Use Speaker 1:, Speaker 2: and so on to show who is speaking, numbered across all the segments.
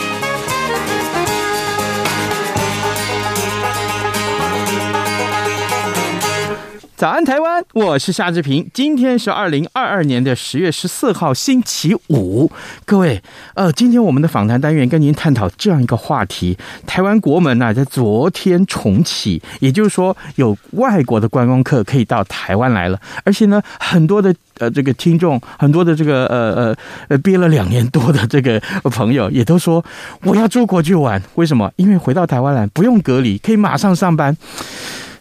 Speaker 1: 湾》。
Speaker 2: 早安，台湾，我是夏志平。今天是二零二二年的十月十四号，星期五。各位，呃，今天我们的访谈单元跟您探讨这样一个话题：台湾国门啊，在昨天重启，也就是说，有外国的观光客可以到台湾来了。而且呢，很多的呃这个听众，很多的这个呃呃呃憋了两年多的这个呃朋友，也都说我要出国去玩。为什么？因为回到台湾来不用隔离，可以马上上班。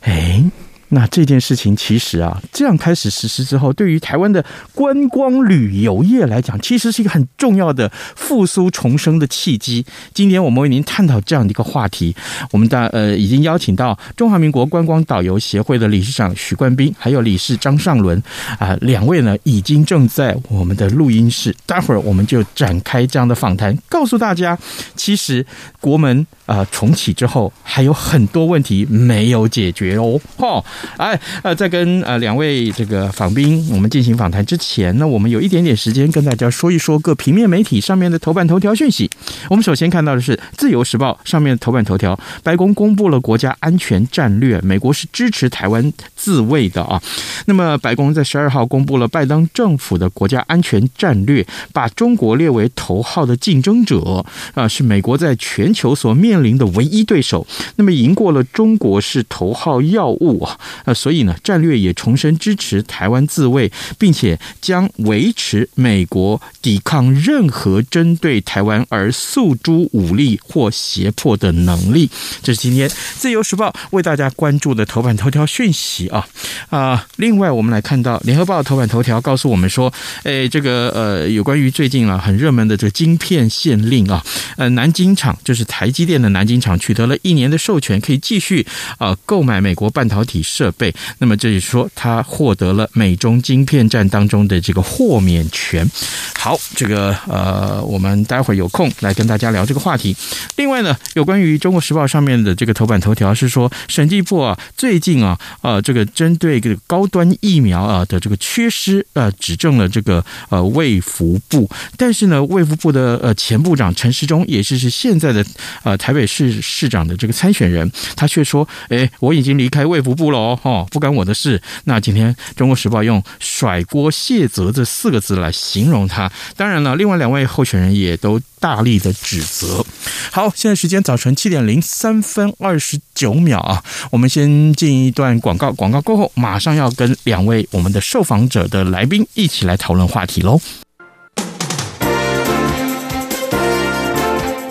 Speaker 2: 哎，那这件事情其实啊，这样开始实施之后，对于台湾的观光旅游业来讲，其实是一个很重要的复苏重生的契机。今天我们为您探讨这样的一个话题，我们的呃已经邀请到中华民国观光导游协会的理事长许冠斌，还有理事张尚伦啊、两位呢已经正在我们的录音室，待会儿我们就展开这样的访谈，告诉大家，其实国门啊、呃重启之后，还有很多问题没有解决哦。哈、哎呃，在跟呃两位这个访宾我们进行访谈之前呢，我们有一点点时间跟大家说一说各平面媒体上面的头版头条讯息。我们首先看到的是《自由时报》上面的头版头条，白宫公布了国家安全战略，美国是支持台湾自卫的啊。那么白宫在十二号公布了拜登政府的国家安全战略，把中国列为头号的竞争者啊、是美国在全球所面临的唯一对手。啊那么赢过了中国是头号药物啊，呃，所以呢，战略也重申支持台湾自卫，并且将维持美国抵抗任何针对台湾而诉诸武力或胁迫的能力。这是今天《自由时报》为大家关注的头版头条讯息啊啊、另外，我们来看到《联合报》头版头条告诉我们说，诶，这个呃，有关于最近啊很热门的这个晶片限令啊，呃，南京厂就是台积电的南京厂取得了一年的授权，可以继续啊、呃购买美国半导体设备。那么这也说它获得了美中晶片战当中的这个豁免权。好，这个呃，我们待会儿有空来跟大家聊这个话题。另外呢，有关于《中国时报》上面的这个头版头条是说，审计部啊最近啊呃这个针对这个高端疫苗啊的这个缺失呃指证了这个呃卫福部，但是呢，卫福部的呃前部长陈时中也是是现在的呃台北市市长的这个参选人，他却说，哎，我已经离开卫福部了哦，哦不干我的事。那今天《中国时报》用“甩锅卸责”这四个字来形容他。当然了，另外两位候选人也都大力的指责。好，现在时间早晨七点零三分二十九秒啊，我们先进一段广告，广告过后马上要跟两位我们的受访者的来宾一起来讨论话题喽。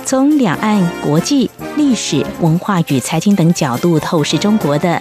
Speaker 3: 从两岸、国际、历史文化与财经等角度透视中国的《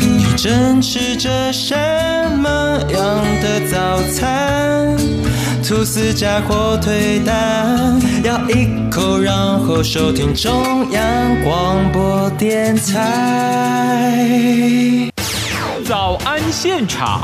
Speaker 4: 你正吃着什么样的早餐？吐司加火腿蛋，咬一口，然后收听中央广播电台。
Speaker 5: 早安现场。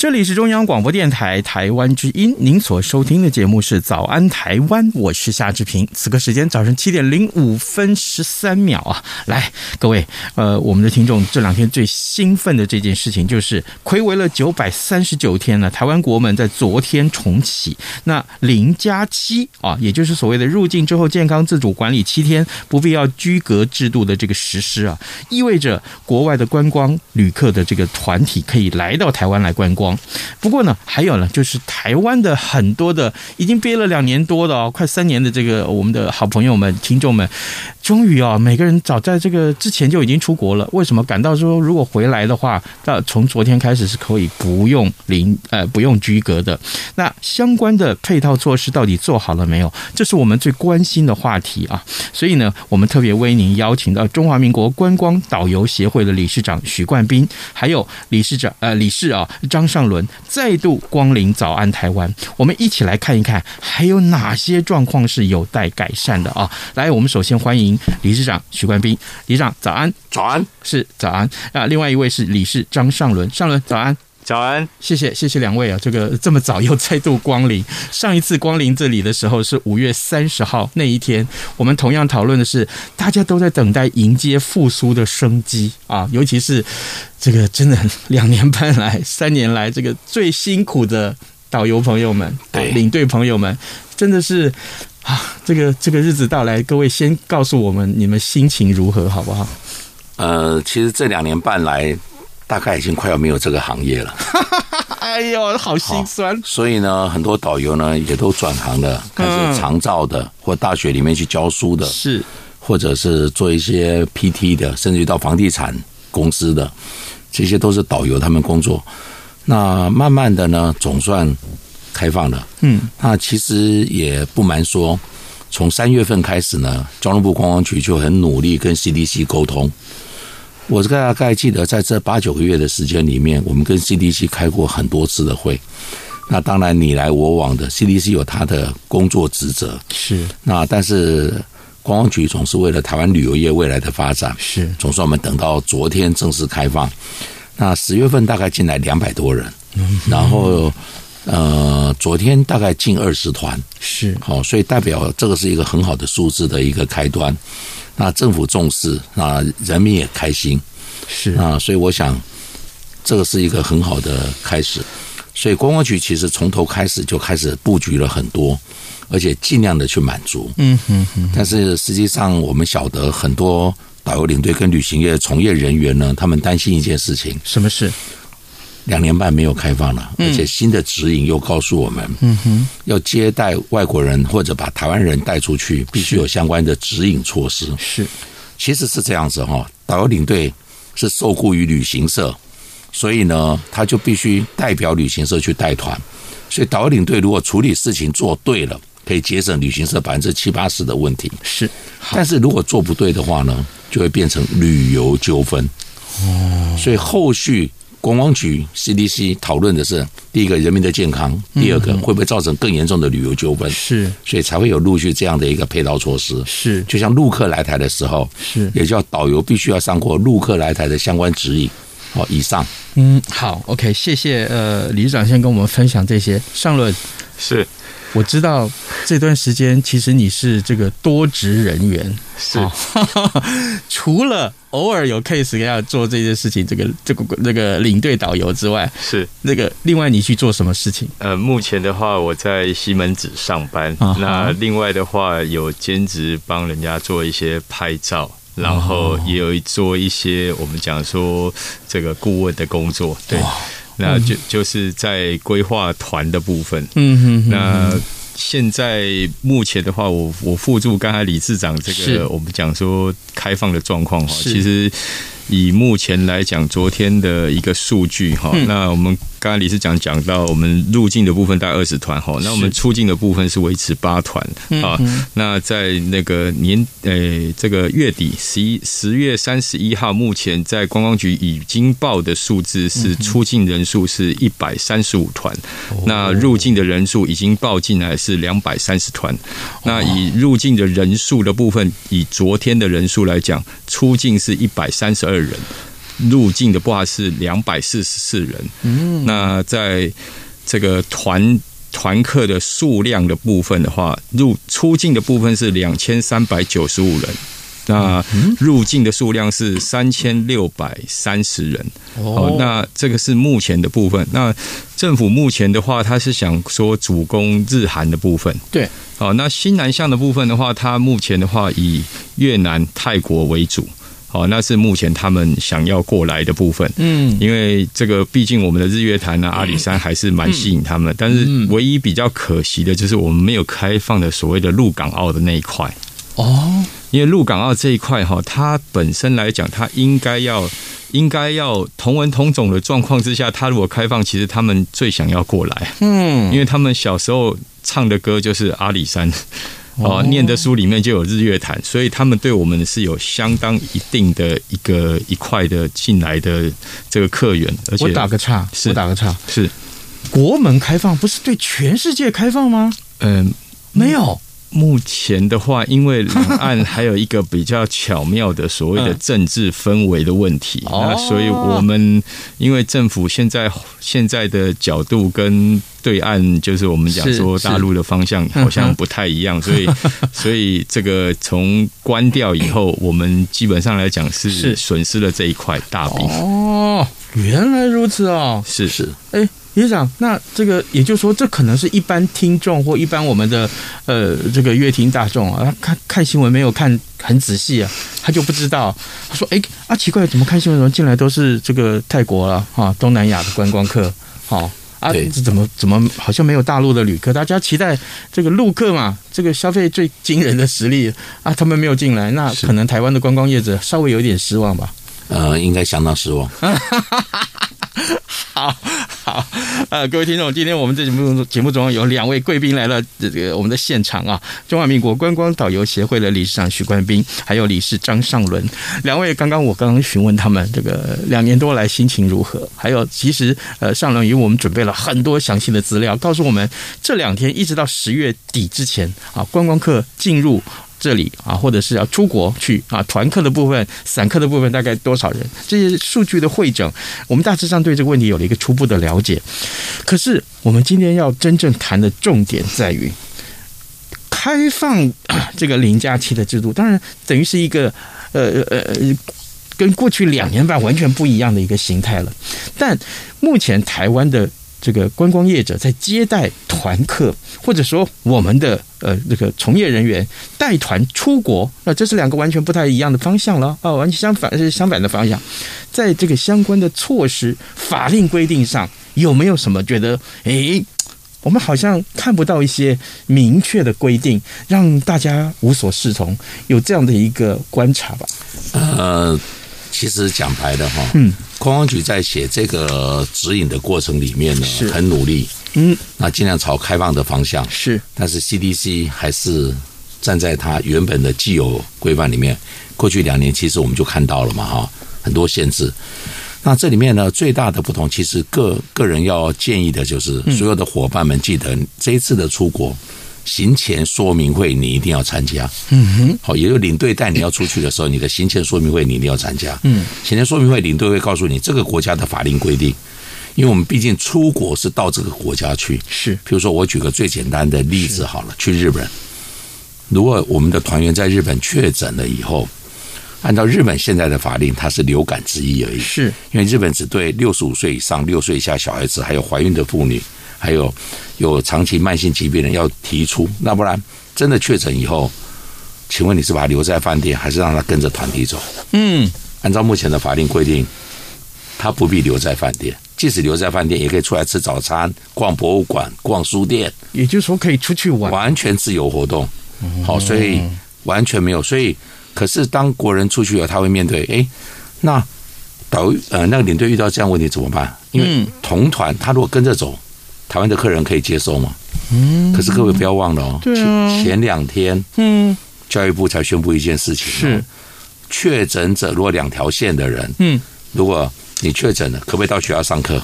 Speaker 2: 这这里是中央广播电台台湾之音，您所收听的节目是《早安台湾》，我是夏志平。此刻时间早晨七点零五分十三秒啊！来，各位，呃，我们的听众这两天最兴奋的这件事情就是，暌违了九百三十九天了，台湾国门在昨天重启。那零加七啊，也就是所谓的入境之后健康自主管理七天不必要居隔制度的这个实施啊，意味着国外的观光旅客的这个团体可以来到台湾来观光。不过呢，还有呢，就是台湾的很多的已经憋了两年多的哦，快三年的这个我们的好朋友们、听众们，终于啊、每个人早在这个之前就已经出国了。为什么？感到说如果回来的话，那从昨天开始是可以不用零呃不用居隔的。那相关的配套措施到底做好了没有？这是我们最关心的话题啊。所以呢，我们特别为您邀请到中华民国观光导游协会的理事长许冠斌，还有理事长呃理事啊张尚伦再度光临早安台湾，我们一起来看一看还有哪些状况是有待改善的啊。来，我们首先欢迎理事长许冠斌，理事长早安，
Speaker 6: 早安，
Speaker 2: 是早安啊、另外一位是理事张尚伦，尚伦早安。
Speaker 6: 早安，
Speaker 2: 谢谢谢谢两位啊，这个这么早又再度光临。上一次光临这里的时候是五月三十号那一天，我们同样讨论的是大家都在等待迎接复苏的生机啊，尤其是这个真的两年半来、三年来这个最辛苦的导游朋友们、
Speaker 6: 对
Speaker 2: 领队朋友们，真的是。啊，这个这个日子到来，各位先告诉我们你们心情如何，好不好？
Speaker 6: 呃，其实这两年半来，大概已经快要没有这个行业了，
Speaker 2: 哎呦，好心酸，
Speaker 6: 所以呢，很多导游呢也都转行了，开始长照的，或大学里面去教书的，
Speaker 2: 是
Speaker 6: 或者是做一些 PT 的，甚至于到房地产公司的，这些都是导游他们工作。那慢慢的呢，总算开放了。嗯，那其实也不瞒说，从三月份开始呢，交通部观光局就很努力跟 CDC 沟通。我大概记得，在这八九个月的时间里面，我们跟 CDC 开过很多次的会。那当然，你来我往的，CDC 有他的工作职责，
Speaker 2: 是
Speaker 6: 那但是观光局总是为了台湾旅游业未来的发展，
Speaker 2: 是
Speaker 6: 总算我们等到昨天正式开放。那十月份大概进来两百多人，
Speaker 2: 嗯
Speaker 6: 然后呃，昨天大概近二十团，
Speaker 2: 是
Speaker 6: 好，所以代表这个是一个很好的数字的一个开端。那政府重视，那人民也开心，
Speaker 2: 是
Speaker 6: 啊，所以我想这个是一个很好的开始。所以观光局其实从头开始就开始布局了很多，而且尽量的去满足。嗯嗯嗯。但是实际上我们晓得很多导游领队跟旅行业从业人员呢，他们担心一件事情：
Speaker 2: 什么事？
Speaker 6: 两年半没有开放了，而且新的指引又告诉我们，嗯哼，要接待外国人或者把台湾人带出去，必须有相关的指引措施。
Speaker 2: 是
Speaker 6: 其实是这样子哈、导游领队是受雇于旅行社，所以呢，他就必须代表旅行社去带团。所以导游领队如果处理事情做对了，可以节省旅行社百分之七八十的问题。
Speaker 2: 是
Speaker 6: 但是如果做不对的话呢，就会变成旅游纠纷。哦，所以后续观光局 CDC 讨论的是第一个人民的健康，第二个会不会造成更严重的旅游纠纷，
Speaker 2: 嗯是
Speaker 6: 所以才会有陆续这样的一个配套措施。
Speaker 2: 是
Speaker 6: 就像陆客来台的时候，
Speaker 2: 是
Speaker 6: 也叫导游必须要上过陆客来台的相关指引。哦，以上
Speaker 2: 嗯，好，OK，谢谢呃，理事长先跟我们分享这些。上论，
Speaker 7: 是
Speaker 2: 我知道这段时间其实你是这个多职人员，
Speaker 7: 是、
Speaker 2: 哦 除了偶尔有 case 要做这件事情，这个这个这个领队导游之外，
Speaker 7: 是，
Speaker 2: 那个另外你去做什么事情？
Speaker 7: 呃，目前的话我在西门子上班，
Speaker 2: 啊哈
Speaker 7: 那另外的话有兼职帮人家做一些拍照。然
Speaker 2: 哦
Speaker 7: 后也有做一些我们讲说这个顾问的工作，对，那就就是在规划团的部分，
Speaker 2: 嗯哼，
Speaker 7: 那现在目前的话，我我附注刚才理事长这
Speaker 2: 是
Speaker 7: 个，我们讲说开放的状况哈，
Speaker 2: 是
Speaker 7: 其实以目前来讲，昨天的一个数据哈，
Speaker 2: 嗯
Speaker 7: 那我们刚才理事长讲到，我们入境的部分大概二十团哈，那我们出境的部分是维持八团
Speaker 2: 嗯
Speaker 7: 啊。那在那个年呃这个月底十一十月三十一号，目前在观光局已经报的数字是出境人数是一百三十五团，那入境的人数已经报进来是两百三十团。那以入境的人数的部分，以昨天的人数来讲，出境是一百三十二人。入境的话是两百四十四人。嗯，那在这个团团客的数量的部分的话，入出境的部分是两千三百九十五人。那入境的数量是三千六百三十人，哦，那这个是目前的部分。那政府目前的话，它是想说主攻日韩的部分，
Speaker 2: 对，
Speaker 7: 好，那新南向的部分的话，它目前的话以越南、泰国为主。好，那是目前他们想要过来的部分。嗯，因为这个毕竟我们的日月潭啊、阿里山还是蛮吸引他们，但是唯一比较可惜的就是我们没有开放的所谓的陆港澳的那一块。
Speaker 2: 哦，
Speaker 7: 因为陆港澳这一块哈，它本身来讲，它应该要应该要同文同种的状况之下，它如果开放，其实他们最想要过来，
Speaker 2: 嗯，
Speaker 7: 因为他们小时候唱的歌就是阿里山。哦，念的书里面就有日月潭，所以他们对我们是有相当一定的一个一块的进来的这个客源，而且
Speaker 2: 我打个岔，
Speaker 7: 是
Speaker 2: 我打个岔，
Speaker 7: 是
Speaker 2: 国门开放不是对全世界开放吗？
Speaker 7: 嗯、
Speaker 2: 没有，
Speaker 7: 目前的话，因为两岸还有一个比较巧妙的所谓的政治氛围的问题，
Speaker 2: 嗯
Speaker 7: 那所以我们因为政府现在现在的角度跟对岸，就是我们讲
Speaker 2: 是
Speaker 7: 说
Speaker 2: 是
Speaker 7: 大陆的方向好像不太一样，所 以所以这个从关掉以后，我们基本上来讲
Speaker 2: 是
Speaker 7: 是损失了这一块大饼，
Speaker 2: 哦，原来如此哦。
Speaker 7: 是
Speaker 6: 是
Speaker 2: 哎，理事长，那这个也就是说，这可能是一般听众或一般我们的呃这个乐听大众啊，他看看新闻没有看很仔细啊，他就不知道。他说：“哎啊，奇怪，怎么看新闻怎么进来都是这个泰国了啊，东南亚的观光客，好、啊，
Speaker 6: 对
Speaker 2: 这怎么怎么好像没有大陆的旅客？大家期待这个陆客嘛，这个消费最惊人的实力啊，他们没有进来，那可能台湾的观光业者稍微有点失望吧。”
Speaker 6: 呃，应该相当失望。
Speaker 2: 好好， 呃，各位听众，今天我们这节目中节目中有两位贵宾来了，这个我们的现场啊，中华民国观光导游协会的理事长徐冠斌，还有理事张尚伦，两位刚刚我刚刚询问他们这个两年多来心情如何，还有其实呃尚伦与我们准备了很多详细的资料，告诉我们这两天一直到十月底之前啊，观光客进入。这里啊，或者是要出国去啊，团客的部分、散客的部分大概多少人？这些数据的汇整，我们大致上对这个问题有了一个初步的了解。可是我们今天要真正谈的重点在于开放 这个零加七的制度，当然等于是一个呃呃呃。跟过去两年半完全不一样的一个形态了，但目前台湾的这个观光业者在接待团客，或者说我们的呃这个从业人员带团出国，那这是两个完全不太一样的方向了啊、完全相反是相反的方向，在这个相关的措施法令规定上，有没有什么觉得诶？我们好像看不到一些明确的规定，让大家无所适从，有这样的一个观察吧？
Speaker 6: 呃，其实讲白了哈，嗯，观光局在写这个指引的过程里面呢，很努力，
Speaker 2: 嗯，
Speaker 6: 那尽量朝开放的方向，
Speaker 2: 是
Speaker 6: 但是 CDC 还是站在它原本的既有规范里面。过去两年其实我们就看到了嘛，哈，很多限制。那这里面呢，最大的不同，其实个个人要建议的就是，所有的伙伴们记得这一次的出国行前说明会，你一定要参加。嗯哼，好，也就是领队带你要出去的时候，你的行前说明会你一定要参加。嗯，行前说明会领队会告诉你这个国家的法令规定，因为我们毕竟出国是到这个国家去，
Speaker 2: 是
Speaker 6: 譬如说，我举个最简单的例子好了，去日本，如果我们的团员在日本确诊了以后，按照日本现在的法令，它是流感之一而已。
Speaker 2: 是，
Speaker 6: 因为日本只对六十五岁以上、六岁以下小孩子，还有怀孕的妇女，还有有长期慢性疾病的人要提出，那不然真的确诊以后，请问你是把他留在饭店，还是让他跟着团体走？
Speaker 2: 嗯，
Speaker 6: 按照目前的法令规定，他不必留在饭店，即使留在饭店，也可以出来吃早餐、逛博物馆、逛书店，
Speaker 2: 也就是说可以出去玩，
Speaker 6: 完全自由活动。
Speaker 2: 嗯
Speaker 6: 好，所以完全没有。所以，可是当国人出去以后，他会面对，诶，那导游呃那个领队遇到这样的问题怎么办？因为
Speaker 2: 嗯
Speaker 6: 同团他如果跟着走，台湾的客人可以接受吗？嗯。可是各位不要忘了哦，
Speaker 2: 对啊
Speaker 6: 前前两天
Speaker 2: 嗯，
Speaker 6: 教育部才宣布一件事情、哦，
Speaker 2: 是
Speaker 6: 确诊者如果两条线的人，
Speaker 2: 嗯，
Speaker 6: 如果你确诊了，可不可以到学校上课？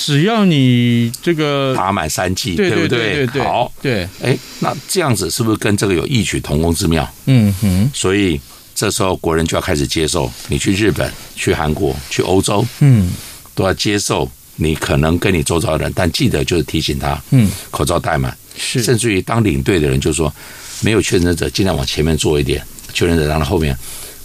Speaker 2: 只要你这个
Speaker 6: 打满三剂，
Speaker 2: 呃对
Speaker 6: 不
Speaker 2: 对对对对，
Speaker 6: 好，
Speaker 2: 对，
Speaker 6: 哎，那这样子是不是跟这个有异曲同工之妙？
Speaker 2: 嗯哼，
Speaker 6: 所以这时候国人就要开始接受，你去日本、去韩国、去欧洲，
Speaker 2: 嗯，
Speaker 6: 都要接受你可能跟你周遭的人，但记得就是提醒他，
Speaker 2: 嗯，
Speaker 6: 口罩戴满，
Speaker 2: 是
Speaker 6: 甚至于当领队的人就说，没有确诊者尽量往前面坐一点，确诊者让他后面。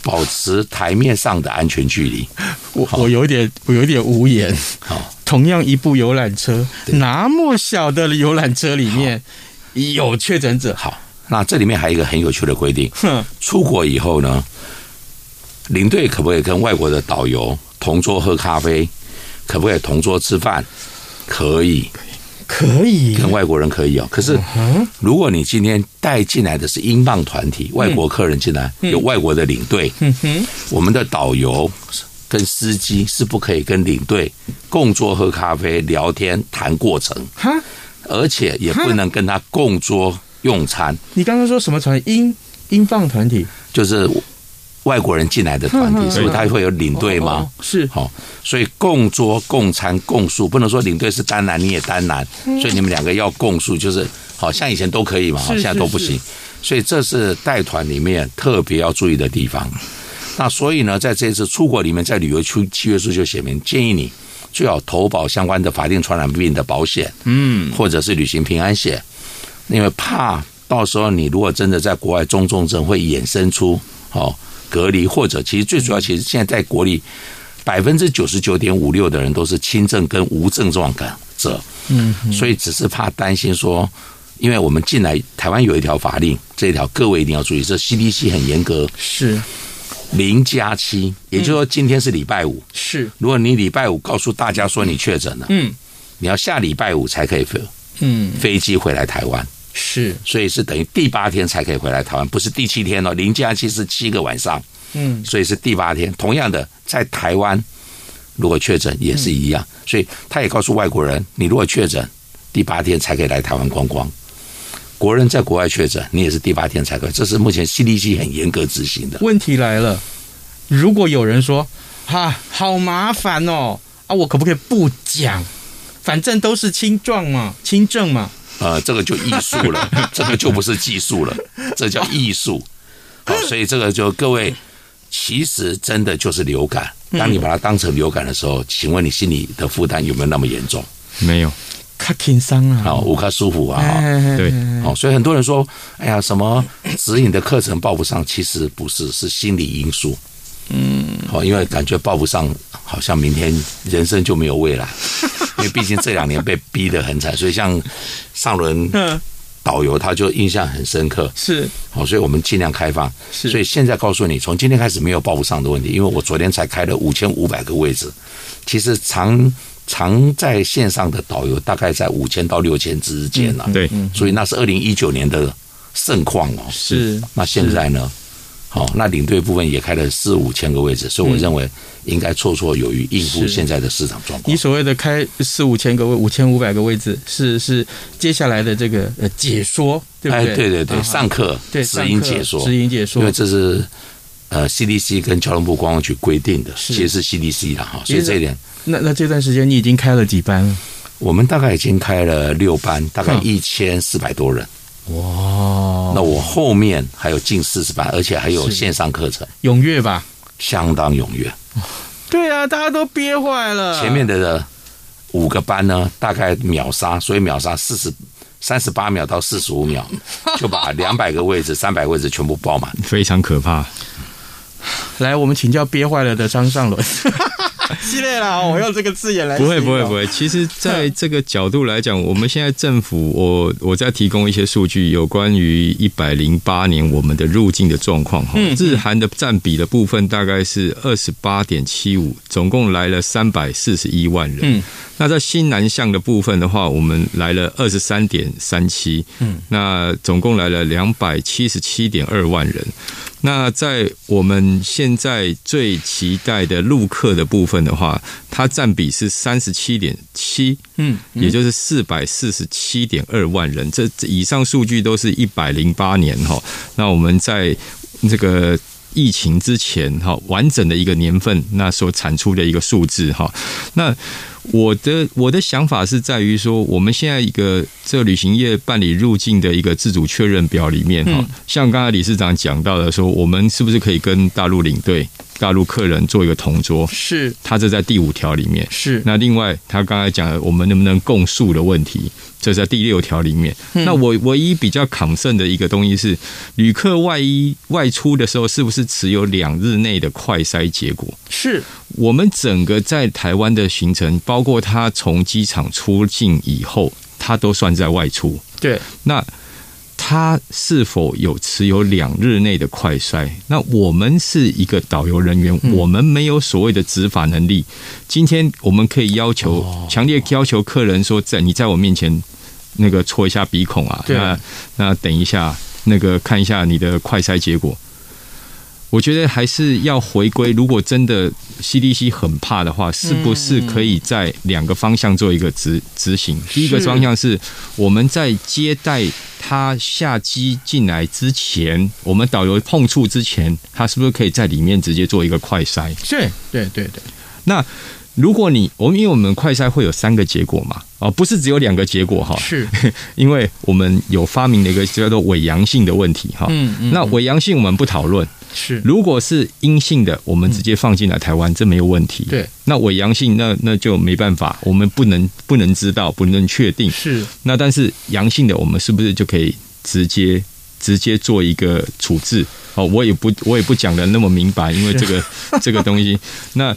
Speaker 6: 保持台面上的安全距离，
Speaker 2: 我我有点我有点无言。
Speaker 6: 好，
Speaker 2: 同样一部游览车，那么小的游览车里面有确诊者，
Speaker 6: 好。那这里面还有一个很有趣的规定，
Speaker 2: 哼，
Speaker 6: 出国以后呢，领队可不可以跟外国的导游同桌喝咖啡？可不可以同桌吃饭？可以，
Speaker 2: 可以
Speaker 6: 跟外国人可以哦。可是，如果你今天带进来的是英镑团体，外国客人进来，有外国的领队，我们的导游跟司机是不可以跟领队共桌喝咖啡、聊天、谈过程，
Speaker 2: 哈？
Speaker 6: 而且也不能跟他共桌用餐。
Speaker 2: 你刚刚说什么团英英镑团体
Speaker 6: 就是外国人进来的团体，所以他会有领队吗？
Speaker 2: 嗯哦是
Speaker 6: 好、所以共桌、共餐、共宿，不能说领队是单男你也单男，所以你们两个要共宿，就是好像以前都可以嘛，
Speaker 2: 嗯是
Speaker 6: 现在都不行。所以这是带团里面特别要注意的地方。那所以呢，在这次出国里面，在旅游区契约书就写明，建议你最好投保相关的法定传染病的保险，嗯，或者是旅行平安险，因为怕到时候你如果真的在国外中重症，会衍生出哦隔离，或者其实最主要，其实现在在国里百分之九十九点五六的人都是轻症跟无症状感者，嗯，所以只是怕担心说。因为我们进来，台湾有一条法令，这一条各位一定要注意，这 CDC 很严格，
Speaker 2: 是
Speaker 6: 零加七，也就是说今天是礼拜五。
Speaker 2: 是
Speaker 6: 如果你礼拜五告诉大家说你确诊了，
Speaker 2: 嗯，
Speaker 6: 你要下礼拜五才可以飞
Speaker 2: 嗯
Speaker 6: 飞机回来台湾，
Speaker 2: 是
Speaker 6: 所以是等于第八天才可以回来台湾，不是第七天哦。零加七是七个晚上，
Speaker 2: 嗯
Speaker 6: 所以是第八天。同样的，在台湾如果确诊也是一样，所以他也告诉外国人，你如果确诊，第八天才可以来台湾观光。国人在国外确诊，你也是第八天才可以，这是目前 CDC 很严格执行的。
Speaker 2: 问题来了，如果有人说哈、好麻烦哦啊，我可不可以不讲？反正都是轻状嘛，轻症嘛，
Speaker 6: 呃，这个就艺术了，这个就不是技术了，这叫艺术。好，所以这个就各位，其实真的就是流感。当你把它当成流感的时候，请问你心里的负担有没有那么严重？
Speaker 7: 没有，
Speaker 2: 卡轻伤啊。
Speaker 6: 啊，五颗舒服啊，哈
Speaker 2: 哎，
Speaker 7: 对，
Speaker 6: 哦，所以很多人说，哎呀，什么指引的课程报不上，其实不是，是心理因素。嗯，哦，因为感觉报不上，好像明天人生就没有 未来，因为毕竟这两年被逼得很惨，所以像上轮
Speaker 2: 嗯
Speaker 6: 导游他就印象很深刻。
Speaker 2: 是
Speaker 6: 哦，所以我们尽量开放。
Speaker 2: 是
Speaker 6: 所以现在告诉你，从今天开始没有报不上的问题，因为我昨天才开了五千五百个位置。其实常常在线上的导游大概在五千到六千之间
Speaker 2: 嗯
Speaker 6: 了、
Speaker 7: 对，
Speaker 6: 所以那是二零一九年的盛况哦。
Speaker 2: 是
Speaker 6: 那现在呢？好、那领队部分也开了四五千个位置，所以我认为应该绰绰有余，应
Speaker 2: 嗯
Speaker 6: 付
Speaker 2: 是
Speaker 6: 现在的市场状
Speaker 2: 你
Speaker 6: 况。
Speaker 2: 所谓的开四五千个位，五千五百个位置，是是接下来的这个呃解说，对不
Speaker 6: 哎，
Speaker 2: 对？
Speaker 6: 对对对，
Speaker 2: 啊
Speaker 6: 上课
Speaker 2: 对
Speaker 6: 指引解说，
Speaker 2: 指引解说
Speaker 6: 因为，这是呃 CDC 跟交通部观光局规定的，
Speaker 2: 是
Speaker 6: 其实是 CDC 啦哈，所以这一点
Speaker 2: 那那这段时间你已经开了几班了？
Speaker 6: 我们大概已经开了六班，大概
Speaker 2: 嗯
Speaker 6: 一千四百多人。
Speaker 2: 哇，
Speaker 6: 那我后面还有近四十班，而且还有线上课程，
Speaker 2: 踊跃吧？
Speaker 6: 相当踊跃。
Speaker 2: 对啊，大家都憋坏了。
Speaker 6: 前面的五个班呢，大概秒杀，所以秒杀四十。三十八秒到四十 五秒，就把两百个位置、三百位置全部爆满。
Speaker 7: 非常可怕。
Speaker 2: 来，我们请教憋坏了的张尚伦。 系列啦，我用这个字眼来嗯
Speaker 7: 不会
Speaker 2: 形
Speaker 7: 不
Speaker 2: 容
Speaker 7: 会不会，其实在这个角度来讲，我们现在政府，我我在提供一些数据，有关于一百零八年我们的入境的状况哈。
Speaker 2: 嗯
Speaker 7: 日韩的占比的部分大概是二十八点七五，总共来了三百四十一万人。
Speaker 2: 嗯，
Speaker 7: 那在新南向的部分的话，我们来了二十三点三七，嗯，那总共来了两百七十七点二万人。那在我们现在最期待的陆客的部分的话，它占比是三十七点七，
Speaker 2: 嗯，
Speaker 7: 也就是四百四十七点二万人。这这以上数据都是一百零八年哈。那我们在这个疫情之前哈，完整的一个年份，那所产出的一个数字哈。那我的我的想法是在于说，我们现在一个这旅行业办理入境的一个自主确认表里面，哈、像刚才理事长讲到的说，我们是不是可以跟大陆领队、大陆客人做一个同桌？
Speaker 2: 是
Speaker 7: 他这在第五条里面。
Speaker 2: 是，
Speaker 7: 那另外，他刚才讲的我们能不能共诉的问题，这在第六条里面。那我唯一比较抗胜的一个东西是，旅客外一外出的时候，是不是持有两日内的快筛结果？
Speaker 2: 是
Speaker 7: 我们整个在台湾的行程，包括他从机场出境以后，他都算在外出。
Speaker 2: 对，
Speaker 7: 那他是否有持有两日内的快筛？那我们是一个导游人员，我们没有所谓的执法能力。今天我们可以要求，强烈要求客人说，在你在我面前那个戳一下鼻孔啊，
Speaker 2: 对
Speaker 7: 那那等一下，那个看一下你的快筛结果。我觉得还是要回归，如果真的 CDC 很怕的话，是不是可以在两个方向做一个执
Speaker 2: 嗯
Speaker 7: 执行？第一个方向是我们在接待他下机进来之前，我们导游碰触之前，他是不是可以在里面直接做一个快筛？
Speaker 2: 是，对对对，
Speaker 7: 那如果你我们因为我们快筛会有三个结果嘛，哦，不是只有两个结果哈，
Speaker 2: 是，
Speaker 7: 因为我们有发明了一个叫做伪阳性的问题哈。
Speaker 2: 嗯嗯
Speaker 7: 那伪阳性我们不讨论，
Speaker 2: 是
Speaker 7: 如果是阴性的，我们直接放进来台湾，这没有问题。
Speaker 2: 对，
Speaker 7: 那伪阳性那那就没办法，我们不能不能知道，不能确定。
Speaker 2: 是，
Speaker 7: 那但是阳性的，我们是不是就可以直接直接做一个处置？哦，我也不我也不讲的那么明白，因为 这个这个东西，那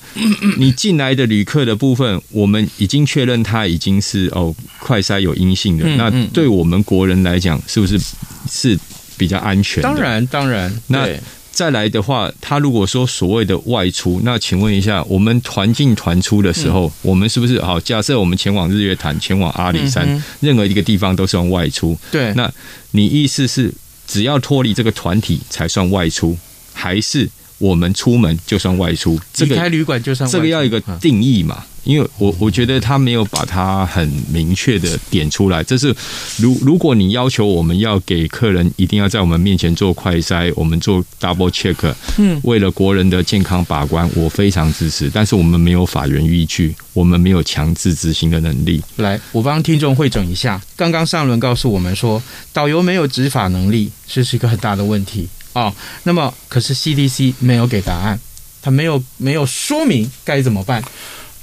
Speaker 7: 你进来的旅客的部分，我们已经确认他已经是哦快筛有阴性的，
Speaker 2: 嗯
Speaker 7: 那
Speaker 2: 嗯
Speaker 7: 对我们国人来讲，是不是是比较安全的？
Speaker 2: 当然当然，
Speaker 7: 那
Speaker 2: 对
Speaker 7: 再来的话，他如果说所谓的外出，那请问一下，我们团进团出的时
Speaker 2: 嗯
Speaker 7: 候，我们是不是好？假设我们前往日月潭、前往阿里山，
Speaker 2: 嗯哼
Speaker 7: 任何一个地方都算外出。
Speaker 2: 对，
Speaker 7: 那你意思是，只要脱离这个团体才算外出，还是我们出门就算外出？这
Speaker 2: 离
Speaker 7: 个
Speaker 2: 开旅馆就算
Speaker 7: 这个要一个
Speaker 2: 嗯
Speaker 7: 定义嘛，因为我我觉得他没有把它很明确的点出来。这是如如果你要求我们要给客人一定要在我们面前做快筛，我们做 double check，嗯，为了国人的健康把关，我非常支持。但是我们没有法源依据，我们没有强制执行的能力。
Speaker 2: 来，我帮听众会诊一下。刚刚上轮告诉我们说，导游没有执法能力，这是一个很大的问题啊、哦。那么，可是 CDC 没有给答案，他没有没有说明该怎么办。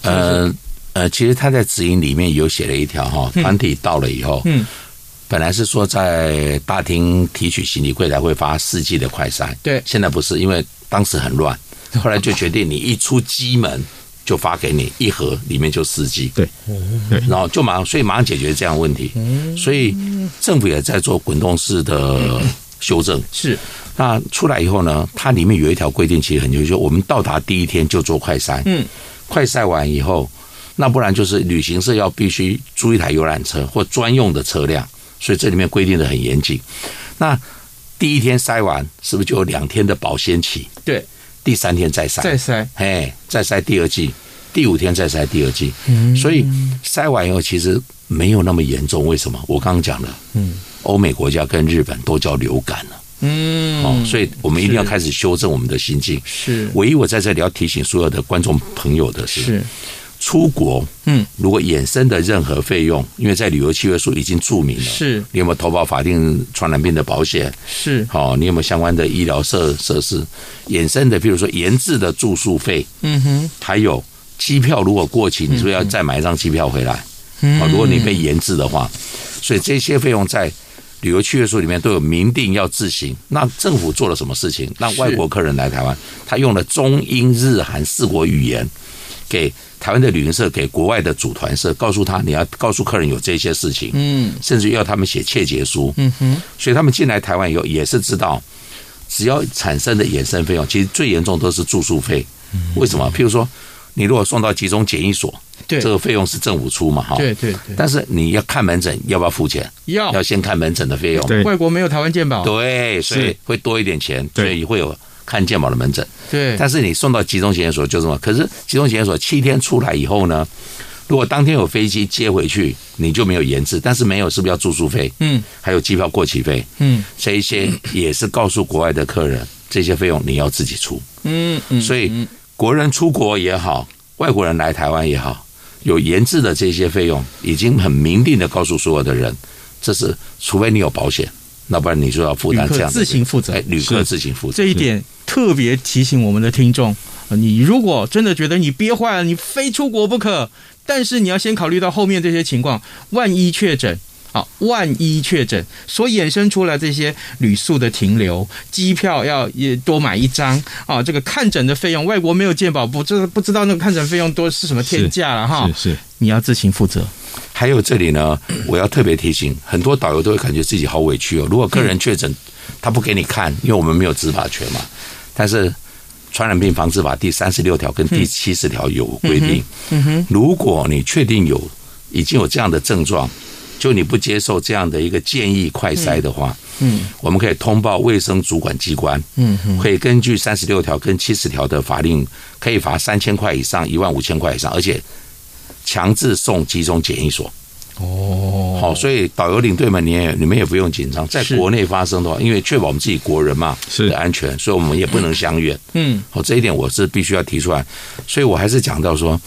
Speaker 6: 呃呃，其实他在指引里面有写了一条哈，团体到了以后，
Speaker 2: 嗯，
Speaker 6: 本来是说在大厅提取行李柜台会发四剂的快筛，
Speaker 2: 对
Speaker 6: 现在不是，因为当时很乱，后来就决定你一出机门就发给你一盒，里面就四剂，
Speaker 7: 对，对
Speaker 6: 然后就马上，所以马上解决这样的问题，
Speaker 2: 嗯
Speaker 6: 所以政府也在做滚动 式的修正，
Speaker 2: 是
Speaker 6: 那出来以后呢，它里面有一条规定，其实很就是说，我们到达第一天就做快筛，
Speaker 2: 嗯，
Speaker 6: 快筛完以后，那不然就是旅行社要必须租一台游览车或专用的车辆，所以这里面规定的很严谨。那第一天筛完，是不是就有两天的保鲜期？
Speaker 2: 对，
Speaker 6: 第三天再筛，
Speaker 2: 再筛
Speaker 6: 哎，再筛第二季，第五天再筛第二季。
Speaker 2: 嗯
Speaker 6: 所以筛完以后其实没有那么严重。为什么？我刚刚讲了，嗯，欧美国家跟日本都叫流感了。嗯，哦，所以我们一定要开始修正我们的心境。
Speaker 2: 是
Speaker 6: 唯一我在这里要提醒所有的观众朋友的是，
Speaker 2: 是
Speaker 6: 出国，
Speaker 2: 嗯，
Speaker 6: 如果衍生的任何费用，因为在旅游契约书已经注明了，
Speaker 2: 是
Speaker 6: 你有没有投保法定传染病的保险？
Speaker 2: 是
Speaker 6: 好、你有没有相关的医疗设设施衍生的，譬如说研制的住宿费，嗯哼，还有机票如果过期，你是不是要再买一张机票回来？嗯、如果你被研制的话，所以这些费用在旅游契约书里面都有明定要自行。那政府做了什么事情？让外国客人来台湾，他用了中英日韩四国语言给。台湾的旅行社给国外的组团社，告诉他你要告诉客人有这些事情，嗯，甚至要他们写切结书，嗯哼，所以他们进来台湾以后也是知道，只要产生的衍生费用，其实最严重都是住宿费。
Speaker 2: 嗯
Speaker 6: 为什么？譬如说，你如果送到集中检疫所，
Speaker 2: 对
Speaker 6: 这个费用是政府出嘛，哈。
Speaker 2: 对对对
Speaker 6: 但是你要看门诊，要不要付钱？
Speaker 2: 要
Speaker 6: 要先看门诊的费用。
Speaker 7: 对
Speaker 2: 外国没有台湾健保，
Speaker 6: 对，所以
Speaker 7: 是
Speaker 6: 会多一点钱，所
Speaker 7: 对
Speaker 6: 以会有看健保的门诊。
Speaker 2: 对
Speaker 6: 但是你送到集中检疫所就这么，可是集中检疫所七天出来以后呢，如果当天有飞机接回去，你就没有延滞，但是没有是不是要住宿费？
Speaker 2: 嗯，
Speaker 6: 还有机票过期费，
Speaker 2: 嗯，
Speaker 6: 这一些也是告诉国外的客人，这些费用你要自己出。
Speaker 2: 嗯嗯
Speaker 6: 所以国人出国也好，外国人来台湾也好，有研制的这些费用，已经很明定的告诉所有的人，这是除非你有保险，那不然你就要负担
Speaker 2: 旅客
Speaker 6: 这样的
Speaker 2: 自行负责
Speaker 6: 哎，旅客自行负责
Speaker 2: 这。一点特别提醒我们的听众：呃你如果真的觉得你憋坏了，你非出国不可，但是你要先考虑到后面这些情况，万一确诊。啊，万一确诊所衍生出来这些旅宿的停留、机票要也多买一张啊，这个看诊的费用，外国没有健保，不知不知道那个看诊费用多是什么天价了哈
Speaker 7: 是，是，
Speaker 2: 你要自行负责。
Speaker 6: 还有这里呢，我要特别提醒，很多导游都会感觉自己好委屈哦。如果客人确诊，他不给你看，因为我们没有执法权嘛。但是《传染病防治法》第三十六条跟第七十条有规定，如果你确定有已经有这样的症状，就你不接受这样的一个建议快筛的话，嗯，我们可以通报卫生主管机关，嗯，可以根据三十六条跟七十条的法令，可以罚三千块以上一万五千块以上，而且强制送集中检疫所。哦，好，所以导游领队们，你也你们也不用紧张，在
Speaker 2: 是
Speaker 6: 国内发生的话，因为确保我们自己国人嘛
Speaker 7: 是
Speaker 6: 的安全，所以我们也不能相怨。嗯，好，这一点我是必须要提出来，所以我还是讲到说。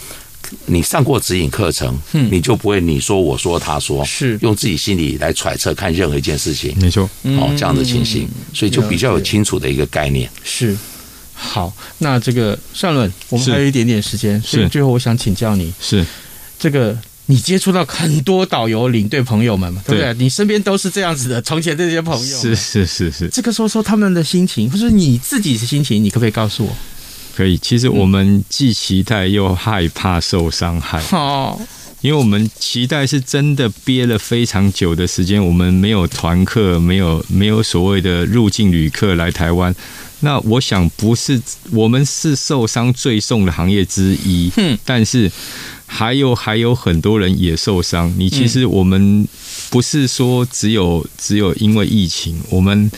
Speaker 6: 你上过指引课程，你就不会你说我说他说，
Speaker 2: 是
Speaker 6: 用自己心里来揣测看任何一件事情，
Speaker 7: 没错。
Speaker 6: 哦，这样的情形，所以就比较有清楚的一个概念。
Speaker 2: 是，好，那这个善伦，我们
Speaker 7: 是
Speaker 2: 还有一点点时间，所以
Speaker 7: 是
Speaker 2: 最后我想请教你，
Speaker 7: 是
Speaker 2: 这个你接触到很多导游领队朋友们嘛，对不对？
Speaker 7: 对
Speaker 2: 你身边都是这样子的，从前这些朋友，
Speaker 7: 是是是是，
Speaker 2: 这个时候说他们的心情，或者你自己的心情，你可不可以告诉我？
Speaker 7: 可以。其实我们既期待又害怕受伤害，
Speaker 2: 哦，
Speaker 7: 因为我们期待是真的憋了非常久的时间，我们没有团客，没有没有所谓的入境旅客来台湾。那我想不是我们是受伤最重的行业之一，
Speaker 2: 嗯
Speaker 7: 但是还有还有很多人也受伤。你其实我们不是说只有只有因为疫情，我们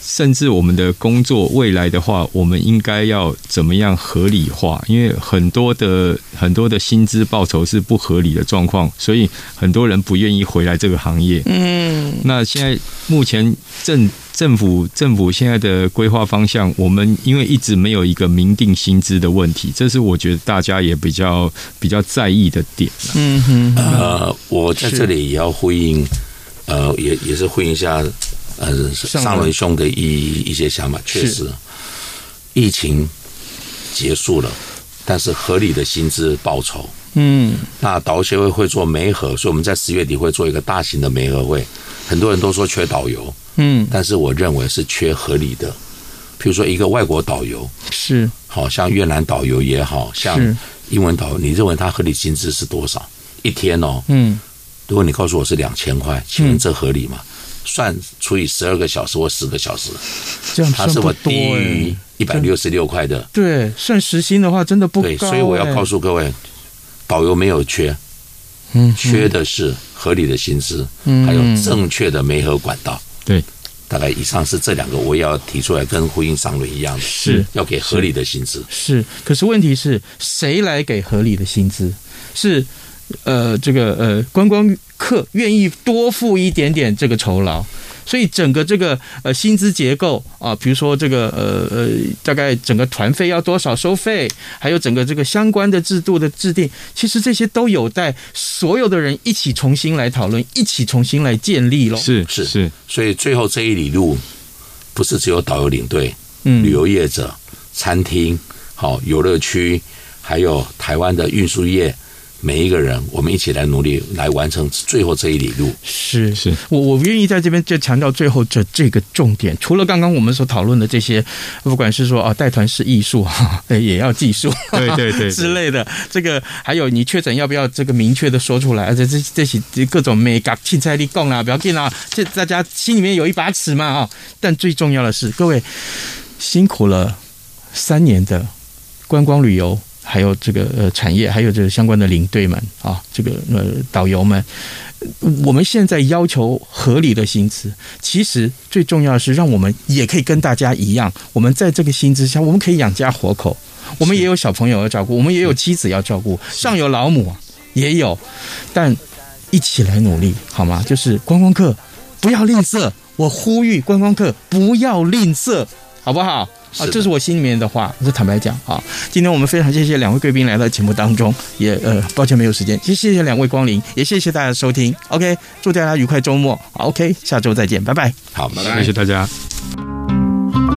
Speaker 7: 甚至我们的工作未来的话，我们应该要怎么样合理化？因为很多的很多的薪资报酬是不合理的状况，所以很多人不愿意回来这个行业。嗯，那现在目前政政府政府现在的规划方向，我们因为一直没有一个明定薪资的问题，这是我觉得大家也比较比较在意的点。啊
Speaker 2: 嗯哼，
Speaker 6: 呃，我在这里也要呼应，呃，也也是呼应一下，呃，
Speaker 2: 伦
Speaker 6: 上伦兄的一一些想法。确
Speaker 2: 是
Speaker 6: 实，疫情结束了，但是合理的薪资报酬，
Speaker 2: 嗯，
Speaker 6: 那导游协会会做媒合，所以我们在十月底会做一个大型的媒合会。很多人都说缺导游，
Speaker 2: 嗯，
Speaker 6: 但是我认为是缺合理的。譬如说，一个外国导游，
Speaker 2: 是
Speaker 6: 好像越南导游也好像
Speaker 2: 是
Speaker 6: 英文导游，你认为他合理薪资是多少一天哦？
Speaker 2: 嗯，
Speaker 6: 如果你告诉我是两千块，请问这合理吗？算除以十二个小时或十个小时，
Speaker 2: 这样
Speaker 6: 它
Speaker 2: 算
Speaker 6: 是
Speaker 2: 不
Speaker 6: 我
Speaker 2: 多
Speaker 6: 低
Speaker 2: 哎
Speaker 6: 于。一百六十六块的。
Speaker 2: 对，算时薪的话，真的不高、欸哎
Speaker 6: 对，所以我要告
Speaker 2: 诉，
Speaker 6: 诉各位，导游没有缺，
Speaker 2: 嗯，
Speaker 6: 缺的是合理的薪资，
Speaker 2: 嗯
Speaker 6: 还有正确的媒合管道。
Speaker 7: 对，
Speaker 6: 大概以上是这两个，我也要提出来跟呼应上轮一样的，
Speaker 2: 是
Speaker 6: 要给合理的薪资。
Speaker 2: 是，可是问题是谁来给合理的薪资？是呃，这个呃，观光客愿意多付一点点这个酬劳，所以整个这个呃薪资结构啊，比如说这个呃呃，大概整个团费要多少收费，还有整个这个相关的制度的制定，其实这些都有待所有的人一起重新来讨论，一起重新来建立喽。
Speaker 7: 是
Speaker 6: 是
Speaker 7: 是，
Speaker 6: 所以最后这一里路，不是只有导游领队、
Speaker 2: 嗯
Speaker 6: 旅游业者、餐厅、好游乐区，还有台湾的运输业，每一个人，我们一起来努力来完成最后这一里路。
Speaker 2: 是
Speaker 7: 是，
Speaker 2: 我我愿意在这边就强调最后这这个重点，除了刚刚我们所讨论的这些，不管是说啊带团是艺术，哈哈 对也要技术，
Speaker 7: 对对对对
Speaker 2: 之类的，这个还有你确诊要不要这个明确的说出来，而且这这些各种美感、青菜力供啦，不要紧啦，这大家心里面有一把尺嘛啊、但最重要的是，各位辛苦了三年的观光旅游，还有这个呃产业，还有这个相关的领队们啊，这个呃导游们，呃我们现在要求合理的薪资，其实最重要的是让我们也可以跟大家一样，我们在这个薪资下，我们可以养家活口，我们也有小朋友要照顾，我们也有妻子要照顾，上有老母也有，但一起来努力好吗？就是观光客不要吝啬，我呼吁观光客不要吝啬，好不好？啊，
Speaker 6: 的
Speaker 2: 这是我心里面的话，我是坦白讲啊。今天我们非常谢谢两位贵宾来到节目当中，也呃抱歉没有时间，谢谢两位光临，也谢谢大家收听。OK，祝大家愉快周末。好 OK，下周再见，拜拜。
Speaker 6: 好，拜拜
Speaker 7: 谢谢大家。